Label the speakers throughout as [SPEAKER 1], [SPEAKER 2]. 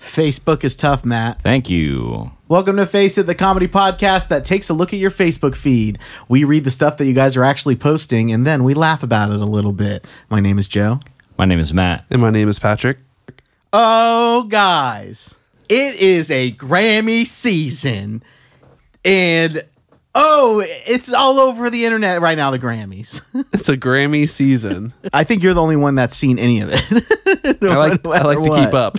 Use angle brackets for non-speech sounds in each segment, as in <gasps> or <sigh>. [SPEAKER 1] Facebook is tough, Matt.
[SPEAKER 2] Thank you.
[SPEAKER 1] Welcome to Face It, the comedy podcast that takes a look at your Facebook feed. We read the stuff that you guys are actually posting and then we laugh about it a little bit. My name is Joe.
[SPEAKER 2] My name is Matt.
[SPEAKER 3] And my name is Patrick.
[SPEAKER 1] Oh, guys, it is a Grammy season. And oh, it's all over the internet right now, the Grammys. <laughs>
[SPEAKER 3] It's a Grammy season.
[SPEAKER 1] I think you're the only one that's seen any of it.
[SPEAKER 3] I
[SPEAKER 1] <laughs> No
[SPEAKER 3] like I
[SPEAKER 1] matter
[SPEAKER 3] like to
[SPEAKER 1] what.
[SPEAKER 3] keep up.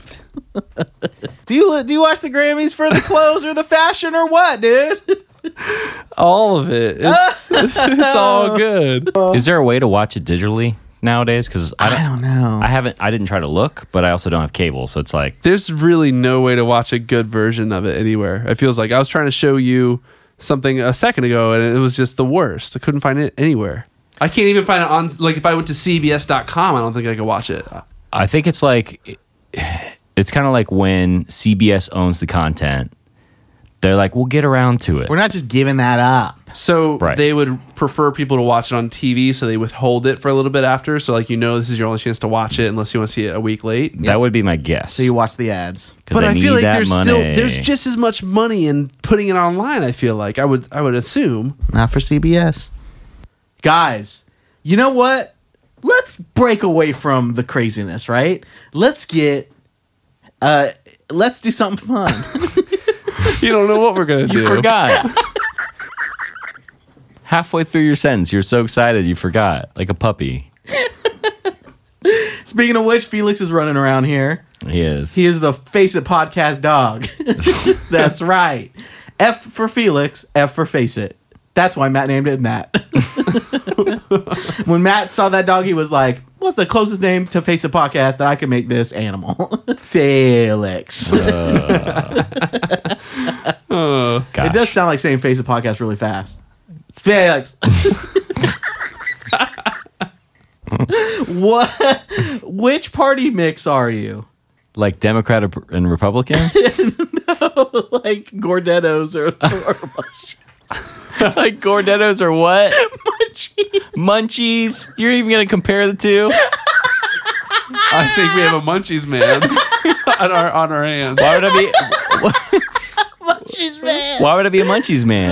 [SPEAKER 1] Do you li- do you watch the Grammys for the clothes or the fashion or what, dude?
[SPEAKER 3] All
[SPEAKER 1] <laughs>
[SPEAKER 3] of it. It's it's all good.
[SPEAKER 2] Is there a way to watch it digitally nowadays? Because I don't,
[SPEAKER 1] I don't know.
[SPEAKER 2] I haven't. I didn't try to look, but I also don't have cable, so it's like
[SPEAKER 3] There's really no way to watch a good version of it anywhere. It feels like I was trying to show you something a second ago and it was just the worst. I couldn't find it anywhere. I can't even find it on like if I went to cbs.com, I don't think I could watch it.
[SPEAKER 2] I think it's like it's kind of like when CBS owns the content. They're like, we'll get around to it.
[SPEAKER 1] We're not just giving that up.
[SPEAKER 3] So
[SPEAKER 2] Right.
[SPEAKER 3] they would prefer people to watch it on TV, so they withhold it for a little bit after. So like you know, this is your only chance to watch it unless you want to see it a week late.
[SPEAKER 2] That would be my guess.
[SPEAKER 1] So you watch the ads.
[SPEAKER 2] but I feel like
[SPEAKER 3] there's there's just as much money in putting it online. I feel like I would I would assume
[SPEAKER 1] Not for CBS. Guys, you know what? Let's break away from the craziness, right? Let's get uh let's do something <laughs> fun.
[SPEAKER 3] <laughs> you don't know what we're gonna do.
[SPEAKER 2] you forgot. Halfway through your sentence, you're so excited you forgot, like a puppy.
[SPEAKER 1] Speaking of which, Felix is running around here.
[SPEAKER 2] He is.
[SPEAKER 1] He is the Face It podcast <laughs> dog. That's right. F for Felix, F for Face It. That's why Matt named it <laughs> Matt. when Matt saw that dog, he was like, What's the closest name to Face It podcast that I can make this animal? <laughs> Felix.
[SPEAKER 2] Gosh.
[SPEAKER 1] It does sound like saying Face It podcast really fast. Felix. what? Which party mix are you? <laughs>
[SPEAKER 2] like Democrat and Republican. <laughs>
[SPEAKER 1] like Gordettos or, or
[SPEAKER 2] like Gordettos or what? Munchies. You're even gonna compare the two?
[SPEAKER 3] I think we have a munchies man <laughs> on our on our hands
[SPEAKER 2] Why would I be?
[SPEAKER 1] <laughs> Munchies man.
[SPEAKER 2] Why would I be a Munchies man?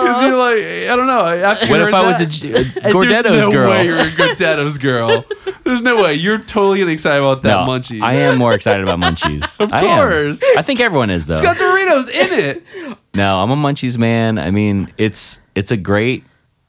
[SPEAKER 3] because you're like I don't know. After you
[SPEAKER 2] What if
[SPEAKER 3] heard
[SPEAKER 2] I was a,
[SPEAKER 3] that,
[SPEAKER 2] G- a
[SPEAKER 3] there's
[SPEAKER 2] Gordettos
[SPEAKER 3] no
[SPEAKER 2] girl?
[SPEAKER 3] Way you're a Gordetto's girl. There's no way you're totally getting excited about that
[SPEAKER 2] No,
[SPEAKER 3] munchies.
[SPEAKER 2] I am more excited about
[SPEAKER 3] <laughs>
[SPEAKER 2] Munchies. of
[SPEAKER 3] course.
[SPEAKER 2] I, am. I think everyone is though.
[SPEAKER 3] It's got Doritos in it.
[SPEAKER 2] No, I'm a Munchies man. I mean, it's it's a great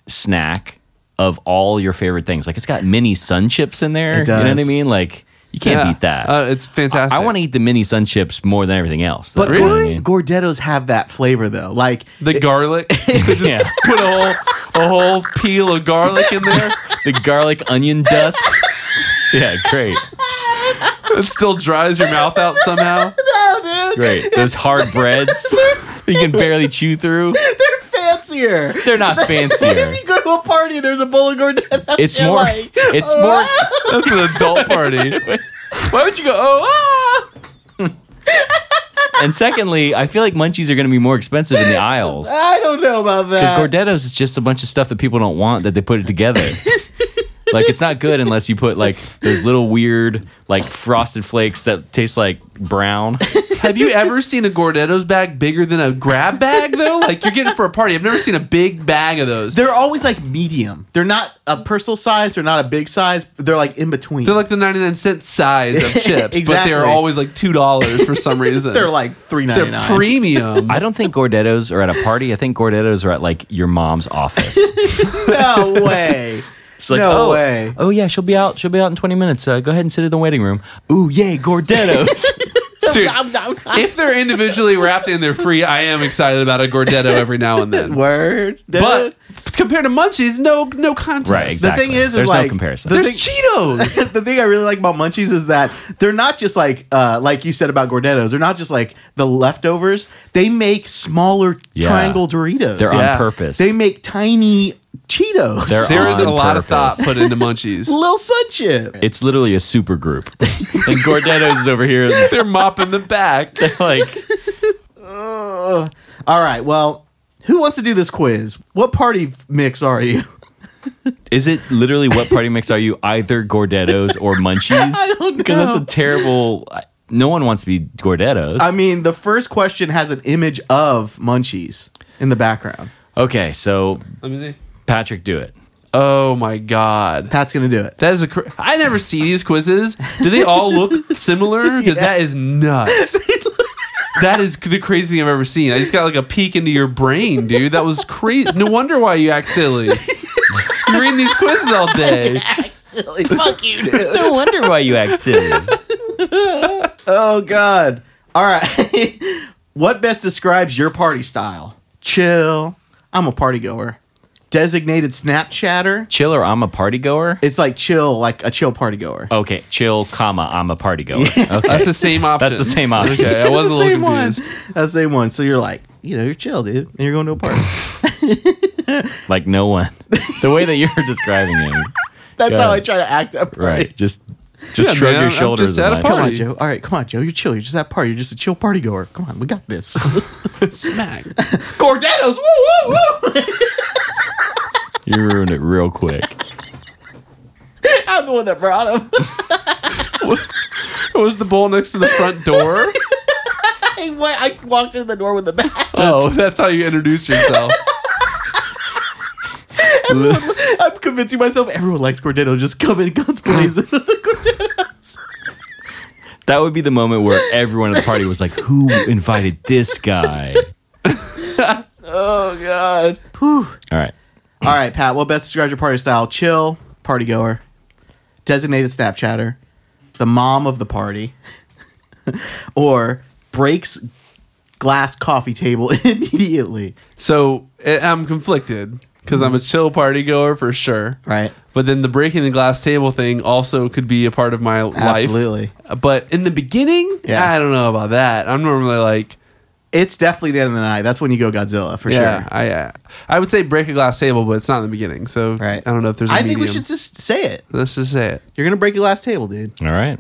[SPEAKER 2] snack of all your favorite things. Like it's got mini sun chips in there.
[SPEAKER 1] It
[SPEAKER 2] You know what I
[SPEAKER 1] does.
[SPEAKER 2] mean? Like you can't
[SPEAKER 3] Yeah.
[SPEAKER 2] beat that.
[SPEAKER 3] Uh, it's fantastic.
[SPEAKER 2] I want to eat the mini sun chips more than everything else.
[SPEAKER 1] But
[SPEAKER 2] though, you know what I
[SPEAKER 1] really?
[SPEAKER 2] mean?
[SPEAKER 1] Gordettos have that flavor though. Like
[SPEAKER 3] the
[SPEAKER 2] <laughs>
[SPEAKER 3] garlic. They <laughs> just
[SPEAKER 2] Yeah.
[SPEAKER 3] put a whole a whole peel of garlic in there.
[SPEAKER 2] the garlic onion dust. Yeah, great,
[SPEAKER 3] It still dries your mouth out somehow.
[SPEAKER 1] no, dude,
[SPEAKER 2] great. Those hard breads that you can barely chew through.
[SPEAKER 1] they're fancier.
[SPEAKER 2] They're not fancier.
[SPEAKER 1] <laughs> if you go to a party, there's a bowl of Gordettos.
[SPEAKER 2] It's
[SPEAKER 1] you're
[SPEAKER 2] more.
[SPEAKER 1] like,
[SPEAKER 2] It's more.
[SPEAKER 3] That's an adult party.
[SPEAKER 2] <laughs> Why would you go? Oh. ah!" and secondly, I feel like munchies are going to be more expensive in the aisles.
[SPEAKER 1] I don't know about that.
[SPEAKER 2] Because Gordettos is just a bunch of stuff that people don't want that they put
[SPEAKER 1] <laughs>
[SPEAKER 2] it together. like it's not good unless you put like those little weird like frosted flakes that taste like brown.
[SPEAKER 3] Have you ever seen a Gordetto's bag bigger than a grab bag though? Like you're getting for a party. I've never seen a big bag of those. They're,
[SPEAKER 1] they're always like medium. They're not a personal size. They're not a big size. They're like in between.
[SPEAKER 3] like the 99 cent size
[SPEAKER 2] <laughs>
[SPEAKER 3] of chips, but
[SPEAKER 1] Exactly.
[SPEAKER 3] they're always like $2 for some reason.
[SPEAKER 1] they're like three
[SPEAKER 3] They're
[SPEAKER 1] ninety nine.
[SPEAKER 3] premium.
[SPEAKER 2] I don't think Gordettos are at a party. I think Gordettos are at like your mom's office.
[SPEAKER 1] <laughs> No way.
[SPEAKER 2] It's like,
[SPEAKER 1] No
[SPEAKER 2] oh,
[SPEAKER 1] way.
[SPEAKER 2] oh yeah, she'll be out. She'll be out in twenty minutes. Uh, go ahead and sit in the waiting room. Ooh, yay, Gordettos.
[SPEAKER 1] <laughs>
[SPEAKER 3] Dude,
[SPEAKER 1] I'm not-
[SPEAKER 3] if they're individually wrapped and they're free, I am excited about a Gordetto every now and then.
[SPEAKER 1] Word.
[SPEAKER 3] But compared to munchies, no no
[SPEAKER 2] <laughs>
[SPEAKER 3] contest.
[SPEAKER 2] right,
[SPEAKER 1] the
[SPEAKER 2] exactly.
[SPEAKER 1] thing is, is
[SPEAKER 2] there's
[SPEAKER 1] like
[SPEAKER 2] no comparison.
[SPEAKER 1] the
[SPEAKER 3] There's
[SPEAKER 1] thing-
[SPEAKER 3] Cheetos.
[SPEAKER 1] the thing I really like about Munchies is that they're not just like uh, like you said about Gordettos. They're not just like the leftovers. They make smaller
[SPEAKER 2] Yeah.
[SPEAKER 1] triangle Doritos.
[SPEAKER 2] They're
[SPEAKER 3] Yeah.
[SPEAKER 2] on purpose.
[SPEAKER 1] They make tiny Cheetos.
[SPEAKER 2] They're-
[SPEAKER 3] There is a
[SPEAKER 2] on
[SPEAKER 3] lot of
[SPEAKER 2] purpose.
[SPEAKER 3] thought put into
[SPEAKER 1] <laughs>
[SPEAKER 3] munchies.
[SPEAKER 1] little sun chip.
[SPEAKER 2] it's literally a super group. <laughs> and <laughs> Gordettos is over <laughs> here.
[SPEAKER 3] They're mopping the back.
[SPEAKER 2] Like
[SPEAKER 1] All right. Well, who wants to do this quiz? What party mix are you? <laughs>
[SPEAKER 2] Is it <laughs> literally what party mix are you? Either Gordettos or Munchies? Because that's a terrible. I- no one wants to be Gordettos.
[SPEAKER 1] I mean, the first question has an image of Munchies in the background.
[SPEAKER 2] okay, so
[SPEAKER 3] Let me see.
[SPEAKER 2] Patrick, do it.
[SPEAKER 3] Oh my god.
[SPEAKER 1] Pat's gonna do it.
[SPEAKER 3] That is a. Cr- I never see these quizzes. Do they all look similar? Because that is nuts. that is the craziest thing I've ever seen. I just got like a peek into your brain, dude. That was crazy. No wonder why you act silly. You're reading these quizzes all day.
[SPEAKER 1] Fuck you, dude.
[SPEAKER 2] <laughs> No wonder why you act silly.
[SPEAKER 1] Oh God. All right. <laughs> what best describes your party style? Chill. I'm a party goer. Designated Snapchatter.
[SPEAKER 2] Chill or I'm a party goer.
[SPEAKER 1] It's like chill, like a chill party goer.
[SPEAKER 2] Okay, chill, comma I'm a party goer. Okay,
[SPEAKER 3] That's the same option.
[SPEAKER 2] that's the <laughs> same option.
[SPEAKER 1] <laughs>
[SPEAKER 3] Okay, I was a
[SPEAKER 1] the
[SPEAKER 3] little
[SPEAKER 1] same
[SPEAKER 3] confused.
[SPEAKER 1] one. That's the same one. So you're like, you know, you're chill, dude, and you're going to a
[SPEAKER 3] <laughs>
[SPEAKER 1] party.
[SPEAKER 2] Like no one. <laughs> The way that you're describing
[SPEAKER 3] <laughs>
[SPEAKER 2] him.
[SPEAKER 1] That's
[SPEAKER 2] Yeah.
[SPEAKER 1] how I try to act up.
[SPEAKER 2] Right. Just just
[SPEAKER 3] Yeah,
[SPEAKER 2] shrug
[SPEAKER 3] man,
[SPEAKER 2] your
[SPEAKER 3] I'm
[SPEAKER 2] shoulders.
[SPEAKER 3] just
[SPEAKER 2] and
[SPEAKER 3] at a
[SPEAKER 2] like,
[SPEAKER 1] Come on,
[SPEAKER 3] Party.
[SPEAKER 1] Joe. All right, come on, Joe. You're chill. You're just at party. You're just a chill party goer. Come on, we got
[SPEAKER 3] <laughs>
[SPEAKER 1] this.
[SPEAKER 3] Smack.
[SPEAKER 1] Gordanos, woo, woo, woo. <laughs>
[SPEAKER 2] You ruined it real quick.
[SPEAKER 1] <laughs> I'm the one that brought him. <laughs>
[SPEAKER 3] was the bowl next to the front door?
[SPEAKER 1] I, wa- I walked in the door with the bag.
[SPEAKER 3] <laughs> oh, that's how you introduced yourself.
[SPEAKER 1] <laughs> I'm convincing myself everyone likes Gordano. Just come in <laughs> guns blazing. Gordanos.
[SPEAKER 2] That would be the moment where everyone at the party was like, "Who invited this
[SPEAKER 3] <laughs>
[SPEAKER 2] guy?"
[SPEAKER 1] Oh God.
[SPEAKER 2] All right.
[SPEAKER 1] All right, Pat. What best describes your party style? Chill, party goer, designated Snapchatter, the mom of the party, <laughs> or breaks glass coffee table <laughs> immediately.
[SPEAKER 3] So eh, I'm conflicted because I'm a chill party goer for sure.
[SPEAKER 1] Right.
[SPEAKER 3] But then the breaking the glass table thing also could be a part of my
[SPEAKER 1] Absolutely.
[SPEAKER 3] life. But in the beginning,
[SPEAKER 1] Yeah.
[SPEAKER 3] I don't know about that. I'm normally like,
[SPEAKER 1] It's definitely the end of the night. That's when you go Godzilla for
[SPEAKER 3] yeah,
[SPEAKER 1] sure.
[SPEAKER 3] I, uh, I would say break a glass table, but it's not in the beginning. So
[SPEAKER 1] Right.
[SPEAKER 3] I don't know if there's a
[SPEAKER 1] I think
[SPEAKER 3] medium.
[SPEAKER 1] we should just say it.
[SPEAKER 3] Let's just say it.
[SPEAKER 1] You're gonna break your last table, dude.
[SPEAKER 2] All right.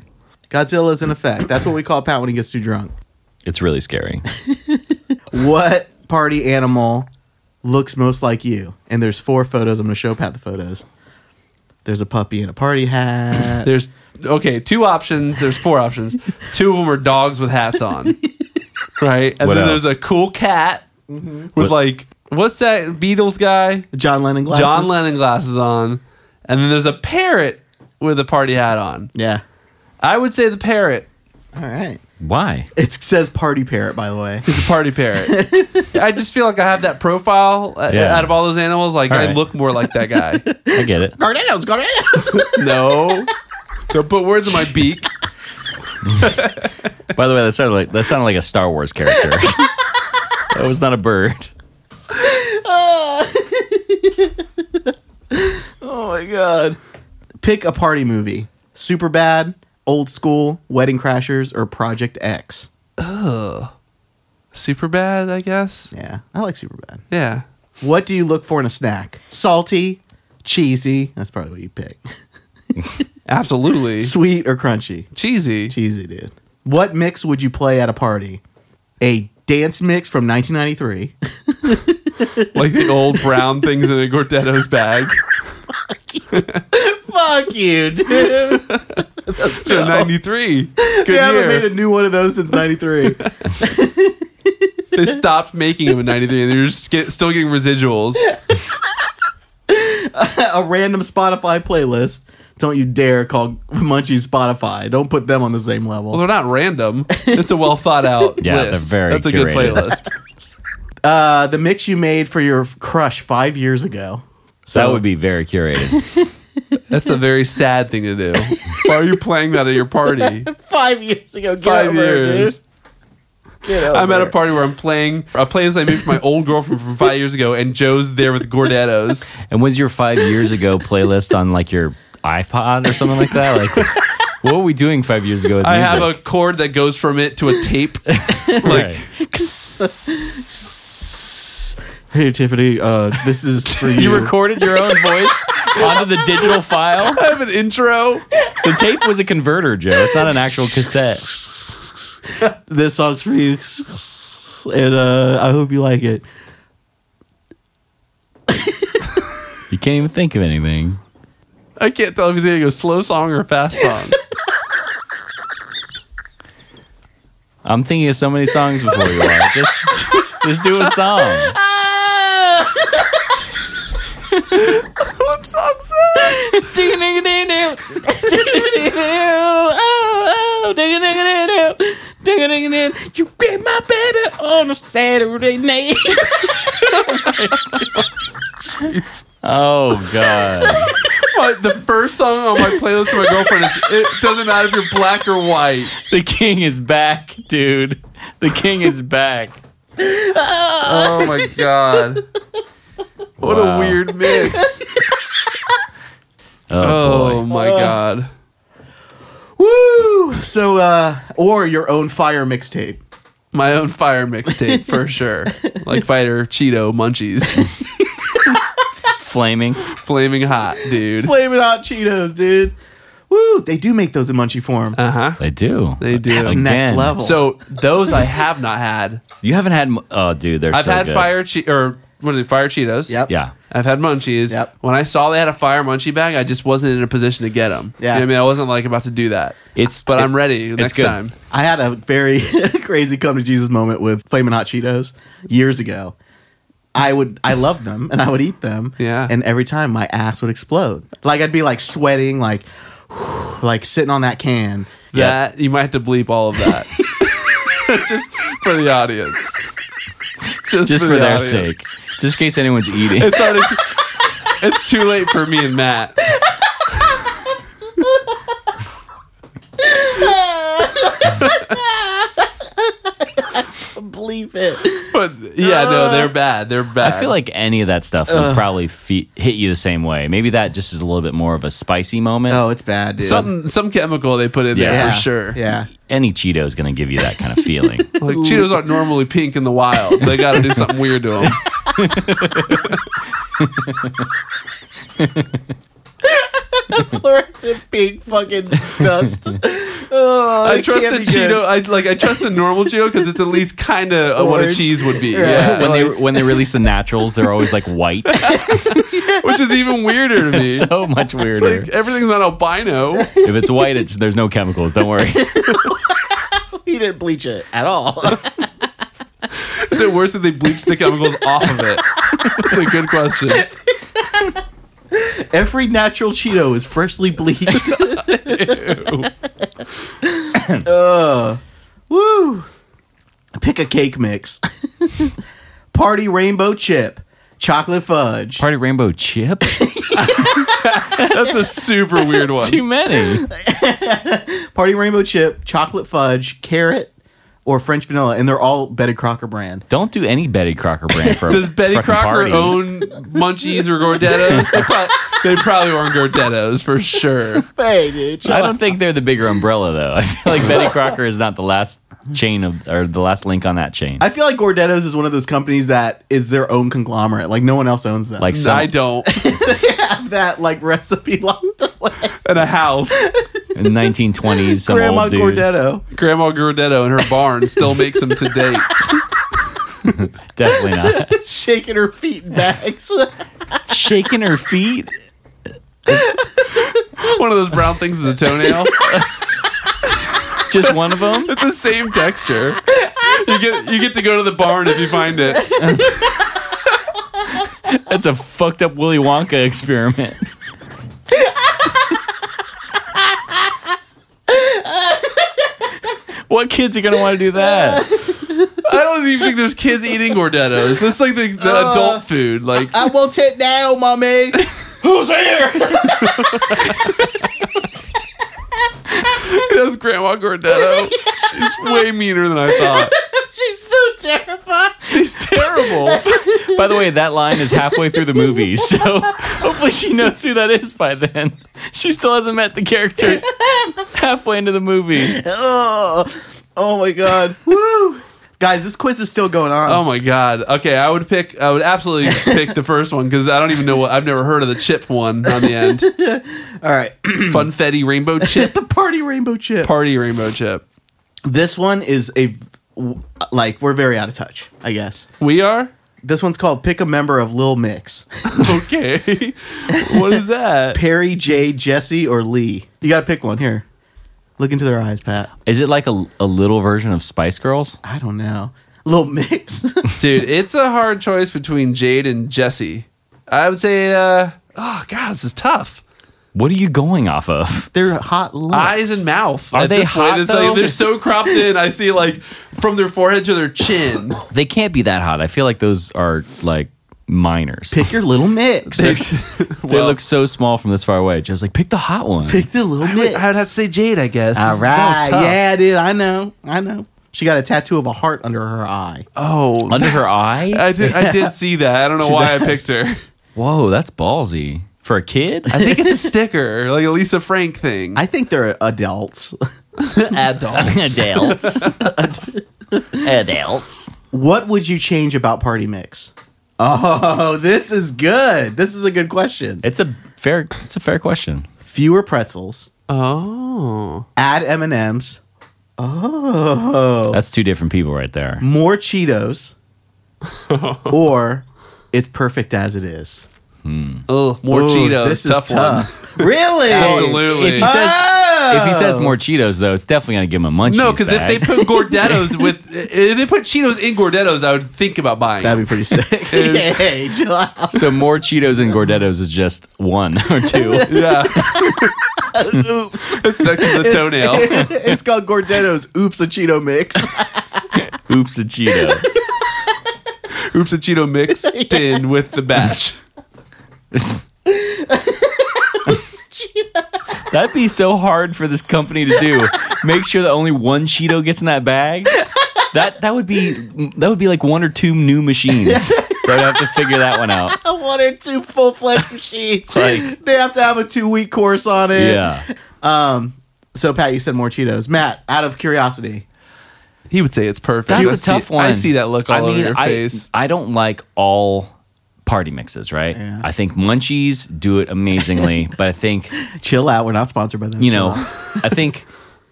[SPEAKER 1] Godzilla's in effect. That's what we call Pat when he gets too drunk.
[SPEAKER 2] It's really scary.
[SPEAKER 1] What party animal looks most like you? And there's four photos. I'm gonna show Pat the photos. There's a puppy in a party hat.
[SPEAKER 3] There's okay, two options. There's
[SPEAKER 1] <laughs>
[SPEAKER 3] four options. Two of them are dogs with hats on, right? And
[SPEAKER 2] What
[SPEAKER 3] then
[SPEAKER 2] else?
[SPEAKER 3] there's a cool cat
[SPEAKER 1] Mm-hmm.
[SPEAKER 3] with
[SPEAKER 2] What-
[SPEAKER 3] like what's that Beatles guy?
[SPEAKER 1] John Lennon glasses.
[SPEAKER 3] John Lennon glasses on, and then there's a parrot with a party hat on.
[SPEAKER 1] Yeah.
[SPEAKER 3] I would say the parrot.
[SPEAKER 1] All right.
[SPEAKER 2] Why?
[SPEAKER 1] It says party parrot, by the <laughs> way.
[SPEAKER 3] It's a party parrot. I just feel like I have that profile uh,
[SPEAKER 2] Yeah.
[SPEAKER 3] out of all those animals. Like I
[SPEAKER 2] right.
[SPEAKER 3] look more like that
[SPEAKER 2] <laughs>
[SPEAKER 3] guy.
[SPEAKER 2] I get it.
[SPEAKER 1] Gardanos, Gardanos.
[SPEAKER 3] no, don't put words in my beak.
[SPEAKER 2] By the way, that sounded like that sounded like a Star Wars
[SPEAKER 3] <laughs>
[SPEAKER 2] character. that was not a bird.
[SPEAKER 1] <laughs> oh my god. Pick a party movie. Super bad, old school, Wedding Crashers, or Project X.
[SPEAKER 3] Super bad, I guess.
[SPEAKER 1] Yeah, I like Super bad.
[SPEAKER 3] Yeah.
[SPEAKER 1] What do you look for in a snack? Salty, cheesy. That's probably what you pick.
[SPEAKER 3] Absolutely.
[SPEAKER 1] Sweet or crunchy?
[SPEAKER 3] Cheesy.
[SPEAKER 1] Cheesy, dude. What mix would you play at a party? A dance mix from 1993.
[SPEAKER 3] Like the old brown things in a Gordetto's bag.
[SPEAKER 1] <laughs>
[SPEAKER 2] <laughs>
[SPEAKER 1] Fuck you, dude.
[SPEAKER 3] So 93. Good
[SPEAKER 1] they haven't
[SPEAKER 3] year.
[SPEAKER 1] made a new one of those since 93.
[SPEAKER 3] they stopped making them in 93 and they're just get, still getting residuals.
[SPEAKER 1] <laughs> a random Spotify playlist. Don't you dare call Munchies Spotify. Don't put them on the same level.
[SPEAKER 3] Well, they're not random. It's a well thought
[SPEAKER 2] <laughs>
[SPEAKER 3] out
[SPEAKER 2] Yeah,
[SPEAKER 3] list.
[SPEAKER 2] they're very
[SPEAKER 3] That's a
[SPEAKER 2] curated.
[SPEAKER 3] good
[SPEAKER 2] <laughs>
[SPEAKER 3] playlist.
[SPEAKER 1] Uh, the mix you made for your crush five years ago. So
[SPEAKER 2] That would be very curated.
[SPEAKER 3] That's a very sad thing to do. Why are you playing that at your party?
[SPEAKER 1] five years ago. Get
[SPEAKER 3] Five
[SPEAKER 1] over it, dude.
[SPEAKER 3] years.
[SPEAKER 1] Get over
[SPEAKER 3] I'm at a
[SPEAKER 1] <laughs> it.
[SPEAKER 3] party where I'm playing a playlist I made for my old girlfriend from five years ago, and Joe's there with Gordettos.
[SPEAKER 2] And was your five years ago playlist on like your iPod or something like that? Like, what were we doing five years ago? With
[SPEAKER 3] I
[SPEAKER 2] music?
[SPEAKER 3] have a cord that goes from it to a tape. Like,
[SPEAKER 2] Right.
[SPEAKER 1] Hey Tiffany, uh, this is for <laughs> you.
[SPEAKER 2] You recorded your own voice onto the digital file.
[SPEAKER 3] I have an intro.
[SPEAKER 2] The tape was a converter, Joe. It's not an actual cassette.
[SPEAKER 1] this song's for you, and uh, I hope you like <laughs> it.
[SPEAKER 2] You can't even think of anything.
[SPEAKER 3] I can't tell if he's gonna go slow song or fast song.
[SPEAKER 2] I'm thinking of so many songs before you are. Just, just do a song.
[SPEAKER 3] what song's that?
[SPEAKER 4] You get my baby on a Saturday night.
[SPEAKER 2] Oh god.
[SPEAKER 3] But the first song on my playlist to my girlfriend is It Doesn't Matter If You're Black or White.
[SPEAKER 2] The king is back, dude. The king is back.
[SPEAKER 3] Oh my god. What
[SPEAKER 2] Wow.
[SPEAKER 3] a weird mix.
[SPEAKER 2] Oh,
[SPEAKER 3] Oh
[SPEAKER 2] boy.
[SPEAKER 3] my god.
[SPEAKER 1] Woo! So, uh, or your own fire mixtape.
[SPEAKER 3] My own fire
[SPEAKER 1] <laughs>
[SPEAKER 3] mixtape for sure. Like fighter Cheeto munchies.
[SPEAKER 2] Flaming.
[SPEAKER 3] Flaming hot, dude.
[SPEAKER 1] Flaming hot Cheetos, dude. Woo! They do make those in munchie form.
[SPEAKER 3] Uh-huh.
[SPEAKER 2] They do.
[SPEAKER 3] They do.
[SPEAKER 1] That's next
[SPEAKER 2] Again.
[SPEAKER 1] level.
[SPEAKER 3] So those I have not had.
[SPEAKER 2] You haven't had. m- Oh, dude, they're.
[SPEAKER 3] I've
[SPEAKER 2] so
[SPEAKER 3] had
[SPEAKER 2] good.
[SPEAKER 3] fire che- or what are they? Fire Cheetos.
[SPEAKER 1] Yep.
[SPEAKER 2] Yeah.
[SPEAKER 3] I've had munchies.
[SPEAKER 1] Yep.
[SPEAKER 3] When I saw they had a fire munchie bag, I just wasn't in a position to get them.
[SPEAKER 1] Yeah.
[SPEAKER 3] I mean, I wasn't like about to do that.
[SPEAKER 2] It's.
[SPEAKER 3] But
[SPEAKER 2] it-
[SPEAKER 3] I'm ready next
[SPEAKER 2] good.
[SPEAKER 3] time.
[SPEAKER 1] I had a very <laughs> crazy come to Jesus moment with Flamin' Hot Cheetos years ago. I would, I loved them and I would eat them.
[SPEAKER 3] Yeah.
[SPEAKER 1] And every time my ass would explode. Like I'd be like sweating, like, <sighs> like sitting on that can.
[SPEAKER 2] Yeah.
[SPEAKER 3] That you might have to bleep all
[SPEAKER 2] <laughs>
[SPEAKER 3] of that. <laughs> just for the audience. Just,
[SPEAKER 2] just for
[SPEAKER 3] the
[SPEAKER 2] their
[SPEAKER 3] audience.
[SPEAKER 2] sake. Just in case anyone's eating.
[SPEAKER 3] It's already It's too late for me and Matt.
[SPEAKER 1] Believe it.
[SPEAKER 3] But yeah, no, they're bad. They're bad.
[SPEAKER 2] I feel like any of that stuff would probably fe- hit you the same way. Maybe that just is a little bit more of a spicy moment.
[SPEAKER 1] Oh, it's bad, dude.
[SPEAKER 3] something some chemical they put in
[SPEAKER 2] Yeah.
[SPEAKER 3] there for sure.
[SPEAKER 1] Yeah.
[SPEAKER 2] Any Cheeto is going to give you that kind of
[SPEAKER 3] <laughs>
[SPEAKER 2] feeling.
[SPEAKER 3] Like Cheetos aren't normally pink in the wild. They got to do something weird to <laughs> them.
[SPEAKER 1] <laughs> Fluorescent pink fucking
[SPEAKER 3] <laughs>
[SPEAKER 1] dust. Oh,
[SPEAKER 3] I
[SPEAKER 1] it
[SPEAKER 3] trust a
[SPEAKER 1] can't be good.
[SPEAKER 3] Cheeto. I like. I trust a normal Cheeto because it's at least kind of what a
[SPEAKER 1] Orange.
[SPEAKER 3] cheese would be.
[SPEAKER 1] Yeah.
[SPEAKER 3] Yeah,
[SPEAKER 2] when they when they release the naturals, they're always like
[SPEAKER 3] <laughs>
[SPEAKER 2] white.
[SPEAKER 3] which is even weirder <laughs> to me.
[SPEAKER 2] <laughs> so much weirder.
[SPEAKER 3] like everything's not albino.
[SPEAKER 2] if it's white, it's there's no chemicals. Don't
[SPEAKER 3] <laughs>
[SPEAKER 2] worry.
[SPEAKER 1] He didn't bleach it at all.
[SPEAKER 3] Is it worse if they bleach the chemicals off of it? That's a good question.
[SPEAKER 1] Every natural Cheeto is freshly <laughs> bleached. uh, woo. Pick a cake mix. <laughs> Party rainbow chip, chocolate fudge.
[SPEAKER 2] Party rainbow chip.
[SPEAKER 3] That's a super weird
[SPEAKER 2] Too
[SPEAKER 3] one.
[SPEAKER 2] many.
[SPEAKER 1] Party rainbow chip, chocolate fudge, carrot, or French vanilla, and they're all Betty Crocker brand.
[SPEAKER 2] Don't do any Betty Crocker brand for. a
[SPEAKER 3] Does Betty
[SPEAKER 2] fucking
[SPEAKER 3] Crocker
[SPEAKER 2] party.
[SPEAKER 3] own Munchies or Gordettos? They, prob- they probably own Gordettos
[SPEAKER 2] <laughs>
[SPEAKER 3] for sure.
[SPEAKER 1] Hey, dude.
[SPEAKER 2] I don't think they're the bigger umbrella though. I feel like Betty Crocker is not the last chain of or the last link on that chain.
[SPEAKER 1] I feel like Gordetto's is one of those companies that is their own conglomerate. Like no one else owns them.
[SPEAKER 2] like
[SPEAKER 3] I
[SPEAKER 2] some,
[SPEAKER 3] don't.
[SPEAKER 1] they have that like recipe locked away.
[SPEAKER 3] In
[SPEAKER 2] <laughs>
[SPEAKER 3] a house,
[SPEAKER 2] 1920s, some
[SPEAKER 1] Grandma
[SPEAKER 2] old dude.
[SPEAKER 1] Gordetto.
[SPEAKER 3] Grandma Gordetto in her barn still makes them to date.
[SPEAKER 2] Definitely
[SPEAKER 1] <laughs>
[SPEAKER 2] not.
[SPEAKER 1] shaking her feet in bags.
[SPEAKER 2] <laughs> Shaking her feet.
[SPEAKER 3] One of those brown things is a toenail.
[SPEAKER 2] Just one of them.
[SPEAKER 3] It's the same texture. You get you get to go to the barn if you find it.
[SPEAKER 2] That's a fucked up Willy Wonka
[SPEAKER 3] <laughs>
[SPEAKER 2] experiment. what kids are gonna want to do that?
[SPEAKER 3] I don't even think there's kids eating Gordettos. That's like the, the adult food.
[SPEAKER 1] <laughs>
[SPEAKER 3] Like
[SPEAKER 1] I want it now, mommy.
[SPEAKER 3] <laughs>
[SPEAKER 2] <laughs>
[SPEAKER 3] who's here? That's Grandma Gordetto. She's way meaner than I thought.
[SPEAKER 1] <laughs> She's so terrified.
[SPEAKER 3] She's terrible.
[SPEAKER 2] By the way, that line is halfway through the movie, <laughs> so hopefully she knows who that is by then. She still hasn't met the
[SPEAKER 3] <laughs>
[SPEAKER 2] characters halfway into the movie.
[SPEAKER 1] Oh, oh my god. <laughs> Woo. Guys, this quiz is still going on.
[SPEAKER 3] Oh my god. Okay, I would pick. I would absolutely pick the first one because I don't even know what. I've never heard of the chip one on
[SPEAKER 2] <clears throat>
[SPEAKER 3] the end.
[SPEAKER 1] All right.
[SPEAKER 3] Funfetti rainbow chip.
[SPEAKER 1] the party rainbow chip.
[SPEAKER 3] Party rainbow chip.
[SPEAKER 1] this one is a w- like we're very out of touch, I guess.
[SPEAKER 3] We are. <laughs>
[SPEAKER 1] This one's called Pick a Member of Lil Mix.
[SPEAKER 3] okay. what is that?
[SPEAKER 1] Perry, J, Jesse or Lee. You got to pick one here. Look into their eyes, Pat.
[SPEAKER 2] Is it like a, a little version of Spice Girls?
[SPEAKER 1] I don't know. Little mix. <laughs>
[SPEAKER 3] Dude, it's a hard choice between Jade and Jesse. I would say, uh, oh god, this is tough.
[SPEAKER 2] What are you going off of? <laughs>
[SPEAKER 1] They're hot looks.
[SPEAKER 3] Eyes and mouth.
[SPEAKER 2] Are
[SPEAKER 3] at
[SPEAKER 2] they
[SPEAKER 3] this point,
[SPEAKER 2] hot,
[SPEAKER 3] it's like
[SPEAKER 2] though?
[SPEAKER 3] they're so cropped in. I see like from their forehead to
[SPEAKER 2] <laughs>
[SPEAKER 3] their chin.
[SPEAKER 2] They can't be that hot. I feel like those are like minors.
[SPEAKER 1] Pick your little mix.
[SPEAKER 2] <laughs> they look so small from this far away. Joe's like, pick the hot one.
[SPEAKER 1] Pick the little mix.
[SPEAKER 3] I would have to say Jade, I guess.
[SPEAKER 1] All
[SPEAKER 3] This- that was
[SPEAKER 1] right.
[SPEAKER 3] tough.
[SPEAKER 1] Yeah, dude. I know. I know. She got a tattoo of a heart under her eye.
[SPEAKER 2] <laughs>
[SPEAKER 3] Oh,
[SPEAKER 2] Under her
[SPEAKER 3] <laughs>
[SPEAKER 2] eye?
[SPEAKER 3] I did, I did see that. I don't know why I picked her.
[SPEAKER 2] Whoa, that's ballsy. For a kid?
[SPEAKER 3] I think it's a sticker, like a Lisa Frank thing.
[SPEAKER 1] I think they're adults. <laughs>
[SPEAKER 2] Adults. <laughs> <laughs> Adults. Adults.
[SPEAKER 1] what would you change about Party Mix? Oh, this is good. This is a good question.
[SPEAKER 2] It's a fair it's a fair question.
[SPEAKER 1] Fewer pretzels.
[SPEAKER 3] oh,
[SPEAKER 1] Add M and M's. Oh,
[SPEAKER 2] That's two different people right there.
[SPEAKER 1] <laughs> more Cheetos. or it's perfect as it is.
[SPEAKER 3] oh, more
[SPEAKER 1] Ooh,
[SPEAKER 3] Cheetos. tough, one.
[SPEAKER 1] One. Really?
[SPEAKER 3] Absolutely.
[SPEAKER 2] If he says
[SPEAKER 1] Oh!
[SPEAKER 2] if he says more Cheetos though, it's definitely gonna give him a munchies.
[SPEAKER 3] No, because if
[SPEAKER 2] bag.
[SPEAKER 3] they put Gordettos with, if they put Cheetos in Gordettos, I would think about buying.
[SPEAKER 1] that'd be pretty sick. <laughs> hey, chill out.
[SPEAKER 2] <laughs> So more Cheetos and Gordettos is just one <laughs> or two.
[SPEAKER 3] it. Yeah. <laughs>
[SPEAKER 1] <laughs>
[SPEAKER 3] It's next to the toenail.
[SPEAKER 2] <laughs>
[SPEAKER 1] it's called Gordetto's Oops a Cheeto <laughs> Mix.
[SPEAKER 2] Oops, a <laughs> Cheeto.
[SPEAKER 3] Oops, a Cheeto mixed in with the batch.
[SPEAKER 2] That'd be so hard for this company to do. Make sure that only one Cheeto gets in that bag. That that would be that would be like one or two new <laughs> machines. They'd have to figure that one out.
[SPEAKER 1] One or two full fledged machines.
[SPEAKER 2] Like-
[SPEAKER 1] <laughs> they have to have a two week course on it.
[SPEAKER 2] Yeah.
[SPEAKER 1] So Pat, you said more Cheetos. Matt, out of curiosity,
[SPEAKER 3] He would say it's perfect.
[SPEAKER 2] That's
[SPEAKER 3] You
[SPEAKER 2] a
[SPEAKER 3] would see-
[SPEAKER 2] tough one.
[SPEAKER 3] I see that look all over your
[SPEAKER 2] I,
[SPEAKER 3] face.
[SPEAKER 2] I don't like all party mixes, right?
[SPEAKER 1] Yeah.
[SPEAKER 2] I think munchies do it <laughs> amazingly, but I think
[SPEAKER 1] chill out. We're not sponsored by them.
[SPEAKER 2] you know, I think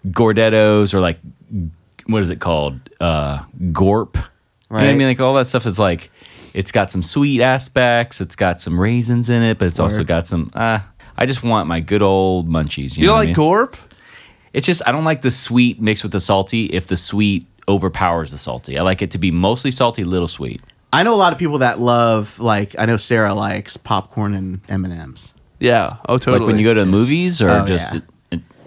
[SPEAKER 2] Gordettos or like what is it called? Uh Gorp. You know what I
[SPEAKER 1] Right.
[SPEAKER 2] mean? Like all that stuff is like it's got some sweet aspects, it's got some raisins in it, but it's also
[SPEAKER 1] Word.
[SPEAKER 2] got some uh I just want my good old munchies. You,
[SPEAKER 3] You
[SPEAKER 2] know
[SPEAKER 3] don't
[SPEAKER 2] what I
[SPEAKER 3] like
[SPEAKER 2] mean?
[SPEAKER 3] Gorp?
[SPEAKER 2] It's just I don't like the sweet mixed with the salty if the sweet overpowers the salty. I like it to be mostly salty, little sweet.
[SPEAKER 1] I know a lot of people that love like I know Sarah likes popcorn and M and M's.
[SPEAKER 3] Yeah. Oh, totally.
[SPEAKER 2] Like when you go to the movies or
[SPEAKER 1] Oh,
[SPEAKER 2] just
[SPEAKER 1] yeah.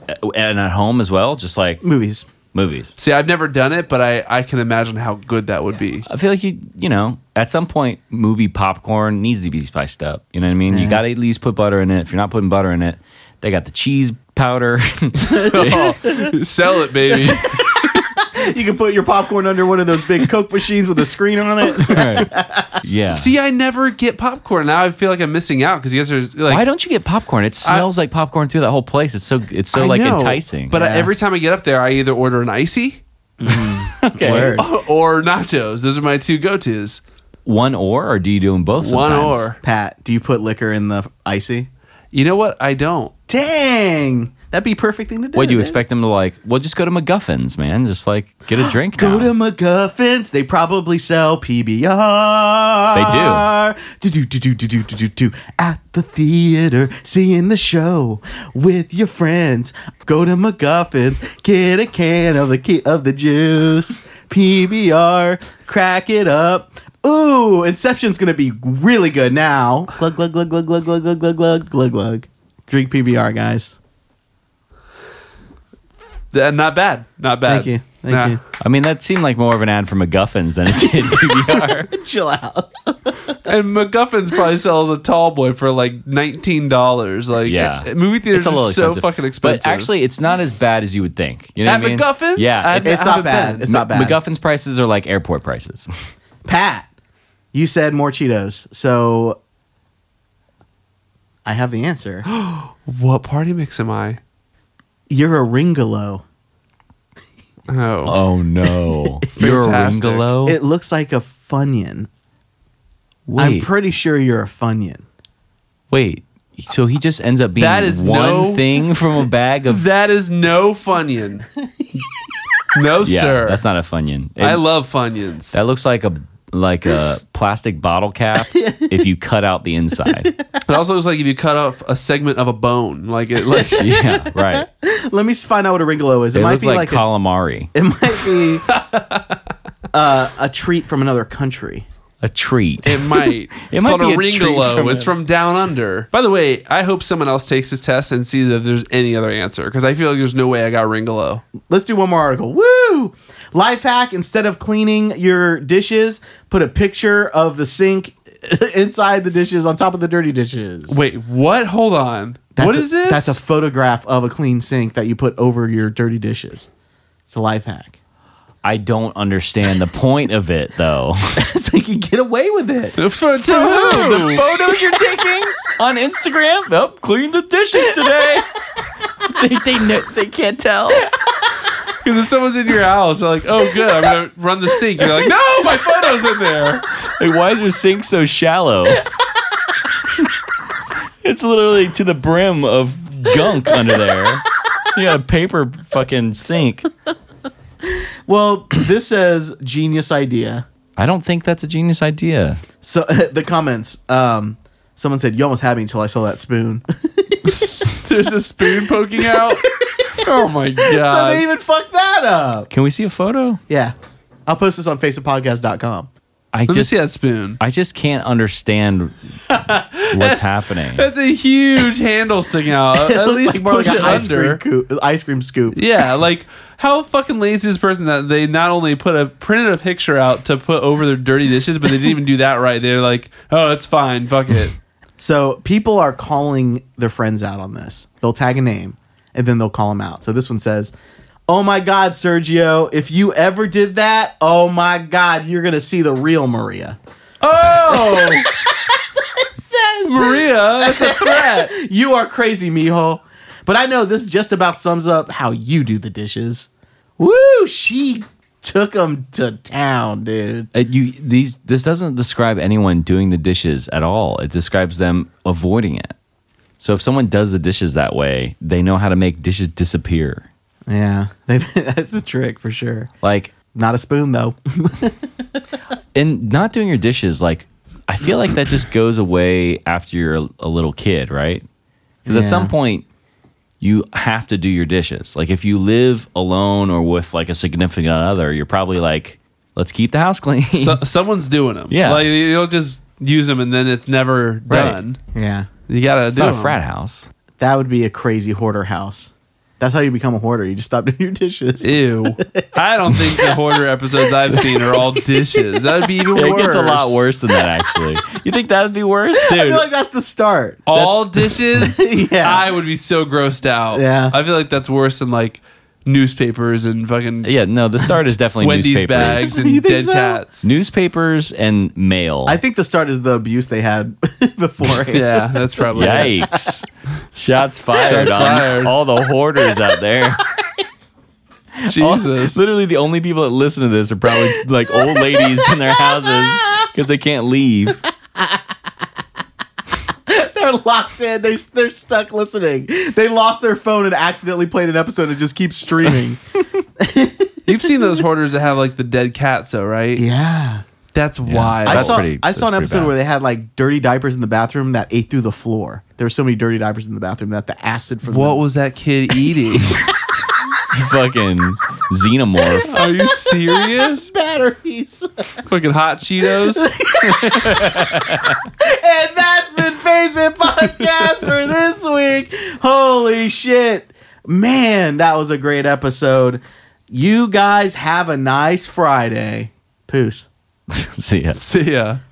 [SPEAKER 2] and at home as well, just like
[SPEAKER 1] Movies.
[SPEAKER 2] movies.
[SPEAKER 3] See, I've never done it, but I, I can imagine how good that would
[SPEAKER 2] <laughs>
[SPEAKER 3] be.
[SPEAKER 2] I feel like you you know at some point movie popcorn needs to be spiced up. You know what I mean? You got to at least put butter in it. If you're not putting butter in it, they got the cheese powder. <laughs>
[SPEAKER 3] Sell it, baby.
[SPEAKER 1] <laughs> You can put your popcorn under one of those big Coke machines with a screen on it.
[SPEAKER 2] yeah.
[SPEAKER 3] See, I never get popcorn. Now I feel like I'm missing out because you guys are like.
[SPEAKER 2] why don't you get popcorn? It smells like popcorn through that whole place. It's so it's so
[SPEAKER 3] I
[SPEAKER 2] like
[SPEAKER 3] know,
[SPEAKER 2] enticing.
[SPEAKER 3] But I-
[SPEAKER 1] Yeah.
[SPEAKER 3] every time I get up there, I either order an icy <laughs>
[SPEAKER 2] okay. Uh,
[SPEAKER 1] Word.
[SPEAKER 3] or nachos. Those are my two go tos.
[SPEAKER 2] one or or do you do them both?
[SPEAKER 3] One
[SPEAKER 2] sometimes?
[SPEAKER 3] or.
[SPEAKER 1] Pat, do you put liquor in the icy?
[SPEAKER 3] You know what? I don't.
[SPEAKER 1] Dang, that'd be perfect thing to do.
[SPEAKER 2] What do you
[SPEAKER 1] dude.
[SPEAKER 2] expect them to like? Well, just go to McGuffin's, man. Just like get
[SPEAKER 3] <gasps>
[SPEAKER 2] a drink.
[SPEAKER 1] Go
[SPEAKER 2] now.
[SPEAKER 1] to McGuffin's. They probably sell PBR. They do. Do do do do do do do do. At the theater, seeing the show with your friends. Go to McGuffin's. Get a can of the ki- of the juice. PBR. Crack it up. Ooh, Inception's gonna be really good now. Glug glug glug glug glug glug glug glug glug glug glug. Drink PBR, guys. <laughs>
[SPEAKER 3] Th- Not bad. Not bad.
[SPEAKER 1] Thank you. Thank
[SPEAKER 3] Nah.
[SPEAKER 1] you.
[SPEAKER 2] I mean, that seemed like more of an ad for McGuffin's than it did <laughs> PBR.
[SPEAKER 1] Chill out.
[SPEAKER 3] And MacGuffin's probably sells a tall boy for like nineteen dollars. Like,
[SPEAKER 2] yeah,
[SPEAKER 3] uh, movie theaters
[SPEAKER 2] It's a little
[SPEAKER 3] are so
[SPEAKER 2] expensive.
[SPEAKER 3] fucking expensive.
[SPEAKER 2] But actually, it's not as bad as you would think. You know
[SPEAKER 3] At
[SPEAKER 2] what I mean?
[SPEAKER 3] MacGuffin's?
[SPEAKER 2] yeah,
[SPEAKER 3] I've-
[SPEAKER 2] it's,
[SPEAKER 1] It's
[SPEAKER 3] I
[SPEAKER 1] not
[SPEAKER 3] haven't
[SPEAKER 1] bad.
[SPEAKER 3] been.
[SPEAKER 1] It's not bad.
[SPEAKER 2] MacGuffin's prices are like
[SPEAKER 1] <laughs>
[SPEAKER 2] airport prices.
[SPEAKER 1] Pat, you said more Cheetos. So I have the <gasps> answer.
[SPEAKER 3] what party mix am I?
[SPEAKER 1] You're a Ringolo.
[SPEAKER 3] Oh,
[SPEAKER 2] Oh <laughs> no, you're a
[SPEAKER 3] Fantastic.
[SPEAKER 2] ringolo.
[SPEAKER 1] It looks like a Funyun. I'm
[SPEAKER 2] wait,
[SPEAKER 1] pretty sure you're a Funyun.
[SPEAKER 2] wait. So he just ends up being
[SPEAKER 3] That is
[SPEAKER 2] one
[SPEAKER 3] no-
[SPEAKER 2] thing from a bag of.
[SPEAKER 3] that is <laughs>
[SPEAKER 2] <laughs>
[SPEAKER 3] no Funyun. no,
[SPEAKER 2] yeah,
[SPEAKER 3] sir.
[SPEAKER 2] that's not a funyun. It-
[SPEAKER 3] I love Funyuns.
[SPEAKER 2] that looks like a like a plastic
[SPEAKER 1] <laughs>
[SPEAKER 2] bottle cap if you cut out the inside.
[SPEAKER 3] It also looks like if you cut off a segment of a bone, like it, like
[SPEAKER 2] Yeah, right.
[SPEAKER 1] Let me find out what a ringolo is. It
[SPEAKER 2] They
[SPEAKER 1] might
[SPEAKER 2] look
[SPEAKER 1] be
[SPEAKER 2] like,
[SPEAKER 1] like, a-
[SPEAKER 2] calamari.
[SPEAKER 1] <laughs> it might <laughs> be uh, a treat from another country.
[SPEAKER 2] A treat.
[SPEAKER 3] it might. It's
[SPEAKER 2] might
[SPEAKER 3] called
[SPEAKER 2] be
[SPEAKER 3] a
[SPEAKER 2] a treat
[SPEAKER 3] ringolo.
[SPEAKER 2] from
[SPEAKER 3] it's
[SPEAKER 2] it.
[SPEAKER 3] from down under. By the way, I hope someone else takes this test and sees if there's any other answer because I feel like there's no way I got ringolo.
[SPEAKER 1] Let's do one more article. Woo! Life hack: instead of cleaning your dishes, put a picture of the sink <laughs> inside the dishes on top of the dirty dishes.
[SPEAKER 3] Wait, what? Hold on.
[SPEAKER 1] That's
[SPEAKER 3] what
[SPEAKER 1] a-
[SPEAKER 3] is this?
[SPEAKER 1] That's a photograph of a clean sink that you put over your dirty dishes. It's a life <laughs> hack.
[SPEAKER 2] I don't understand the point of it though. <laughs>
[SPEAKER 1] so you can get away with it.
[SPEAKER 3] For- <laughs> to who?
[SPEAKER 2] the photos you're taking <laughs> on Instagram. Nope, clean the dishes today. <laughs> they they, know, they can't tell.
[SPEAKER 3] Because if someone's in your house, they're like, "Oh, good, I'm gonna run the sink." You're like, "No, my <laughs> photo's in there."
[SPEAKER 2] Like, why is your sink so shallow? it's literally to the brim of gunk under there. You got a paper fucking sink.
[SPEAKER 1] Well, this says genius idea.
[SPEAKER 2] I don't think that's a genius idea.
[SPEAKER 1] So <laughs> the comments. Um, someone said, "You almost had me until I saw that spoon."
[SPEAKER 3] <laughs>
[SPEAKER 1] <laughs>
[SPEAKER 3] There's a spoon poking out. Oh my
[SPEAKER 1] so they
[SPEAKER 3] god!
[SPEAKER 1] even fucked that up.
[SPEAKER 2] Can we see a photo?
[SPEAKER 1] Yeah, I'll post this on faceofpodcast.com.
[SPEAKER 2] I
[SPEAKER 3] Let me
[SPEAKER 2] just
[SPEAKER 3] see that spoon.
[SPEAKER 2] I just can't understand what's happening.
[SPEAKER 3] <laughs> That's a huge handle sticking out.
[SPEAKER 1] Uh, <laughs>
[SPEAKER 3] At least push it
[SPEAKER 1] ice cream,
[SPEAKER 3] under.
[SPEAKER 1] coop, ice cream scoop.
[SPEAKER 3] Yeah, like how fucking lazy is this person that they not only put a printed a picture out to put over their dirty dishes, but they didn't even do that right. They're like, "Oh, it's fine. Fuck it."
[SPEAKER 1] So people are calling their friends out on this. They'll tag a name and then they'll call them out. So this one says, "Oh my God, Sergio! If you ever did that, oh my God, you're gonna see the real Maria." <laughs>
[SPEAKER 3] Oh,
[SPEAKER 1] Says
[SPEAKER 3] Maria, that's a threat.
[SPEAKER 1] you are crazy, mijo. But I know this just about sums up how you do the dishes. Woo! She took them to town, dude.
[SPEAKER 2] Uh, you these this doesn't describe anyone doing the dishes at all. It describes them avoiding it. So if someone does the dishes that way, they know how to make dishes disappear.
[SPEAKER 1] Yeah, <laughs> that's a trick for sure.
[SPEAKER 2] Like
[SPEAKER 1] Not a spoon though. <laughs>
[SPEAKER 2] and not doing your dishes like I feel like that just goes away after you're a, a little kid, right? Cuz at
[SPEAKER 1] Yeah.
[SPEAKER 2] some point you have to do your dishes. Like if you live alone or with like a significant other, you're probably like let's keep the house clean. <laughs>
[SPEAKER 3] So, someone's doing them.
[SPEAKER 2] Yeah.
[SPEAKER 3] like you don't just use them and then it's never done.
[SPEAKER 1] yeah,
[SPEAKER 3] You gotta
[SPEAKER 2] it's
[SPEAKER 3] do
[SPEAKER 2] not a
[SPEAKER 3] 'em.
[SPEAKER 2] frat house.
[SPEAKER 1] that would be a crazy hoarder house. That's how you become a hoarder. You just stop <laughs> doing your dishes.
[SPEAKER 3] Ew. I don't think the hoarder episodes I've seen are all dishes. That would be even
[SPEAKER 2] Yeah,
[SPEAKER 3] worse.
[SPEAKER 2] It gets a lot worse than that, actually. you think that would be
[SPEAKER 3] <laughs>
[SPEAKER 2] worse,
[SPEAKER 1] I
[SPEAKER 2] dude?
[SPEAKER 1] feel like that's the start.
[SPEAKER 3] All
[SPEAKER 1] <laughs>
[SPEAKER 3] dishes.
[SPEAKER 1] Yeah.
[SPEAKER 3] I would be so grossed out.
[SPEAKER 1] Yeah.
[SPEAKER 3] I feel like that's worse than like newspapers and fucking
[SPEAKER 2] yeah, no. The start is definitely
[SPEAKER 3] Wendy's
[SPEAKER 2] newspapers.
[SPEAKER 1] <laughs>
[SPEAKER 3] bags
[SPEAKER 1] You
[SPEAKER 3] and
[SPEAKER 1] think
[SPEAKER 3] dead
[SPEAKER 1] so?
[SPEAKER 3] cats.
[SPEAKER 2] newspapers and mail.
[SPEAKER 1] I think the start is the abuse they had <laughs>
[SPEAKER 2] <laughs>
[SPEAKER 1] before.
[SPEAKER 3] Yeah, that's probably. it. <laughs>
[SPEAKER 2] Yikes! Shots fired
[SPEAKER 3] Shots
[SPEAKER 2] on
[SPEAKER 3] fired.
[SPEAKER 2] all the hoarders out there. All-
[SPEAKER 1] <laughs>
[SPEAKER 3] <laughs> Jesus.
[SPEAKER 2] literally, the only people that listen to this are probably like old ladies in their houses because they can't
[SPEAKER 3] <laughs>
[SPEAKER 2] leave.
[SPEAKER 1] <laughs> They're locked in. They they're stuck listening. They lost their phone and accidentally played an episode and just keeps
[SPEAKER 2] <laughs>
[SPEAKER 1] streaming.
[SPEAKER 3] You've seen those hoarders that have like the dead cats, though, right?
[SPEAKER 1] yeah.
[SPEAKER 3] That's wild.
[SPEAKER 1] I
[SPEAKER 2] That's
[SPEAKER 1] saw
[SPEAKER 2] pretty-
[SPEAKER 1] I saw an
[SPEAKER 2] that's pretty
[SPEAKER 1] episode
[SPEAKER 2] bad.
[SPEAKER 1] where they had like dirty diapers in the bathroom that ate through the floor. There were so many dirty diapers in the bathroom that the acid from
[SPEAKER 3] what
[SPEAKER 1] the, <laughs>
[SPEAKER 3] was that kid eating?
[SPEAKER 2] Fucking xenomorph. <laughs>
[SPEAKER 3] Are you serious?
[SPEAKER 1] batteries.
[SPEAKER 3] Fucking hot Cheetos.
[SPEAKER 1] <laughs> And that's been Face It Podcast for this week. Holy shit. Man, that was a great episode. You guys have a nice Friday. Peace.
[SPEAKER 2] See ya.
[SPEAKER 3] See ya.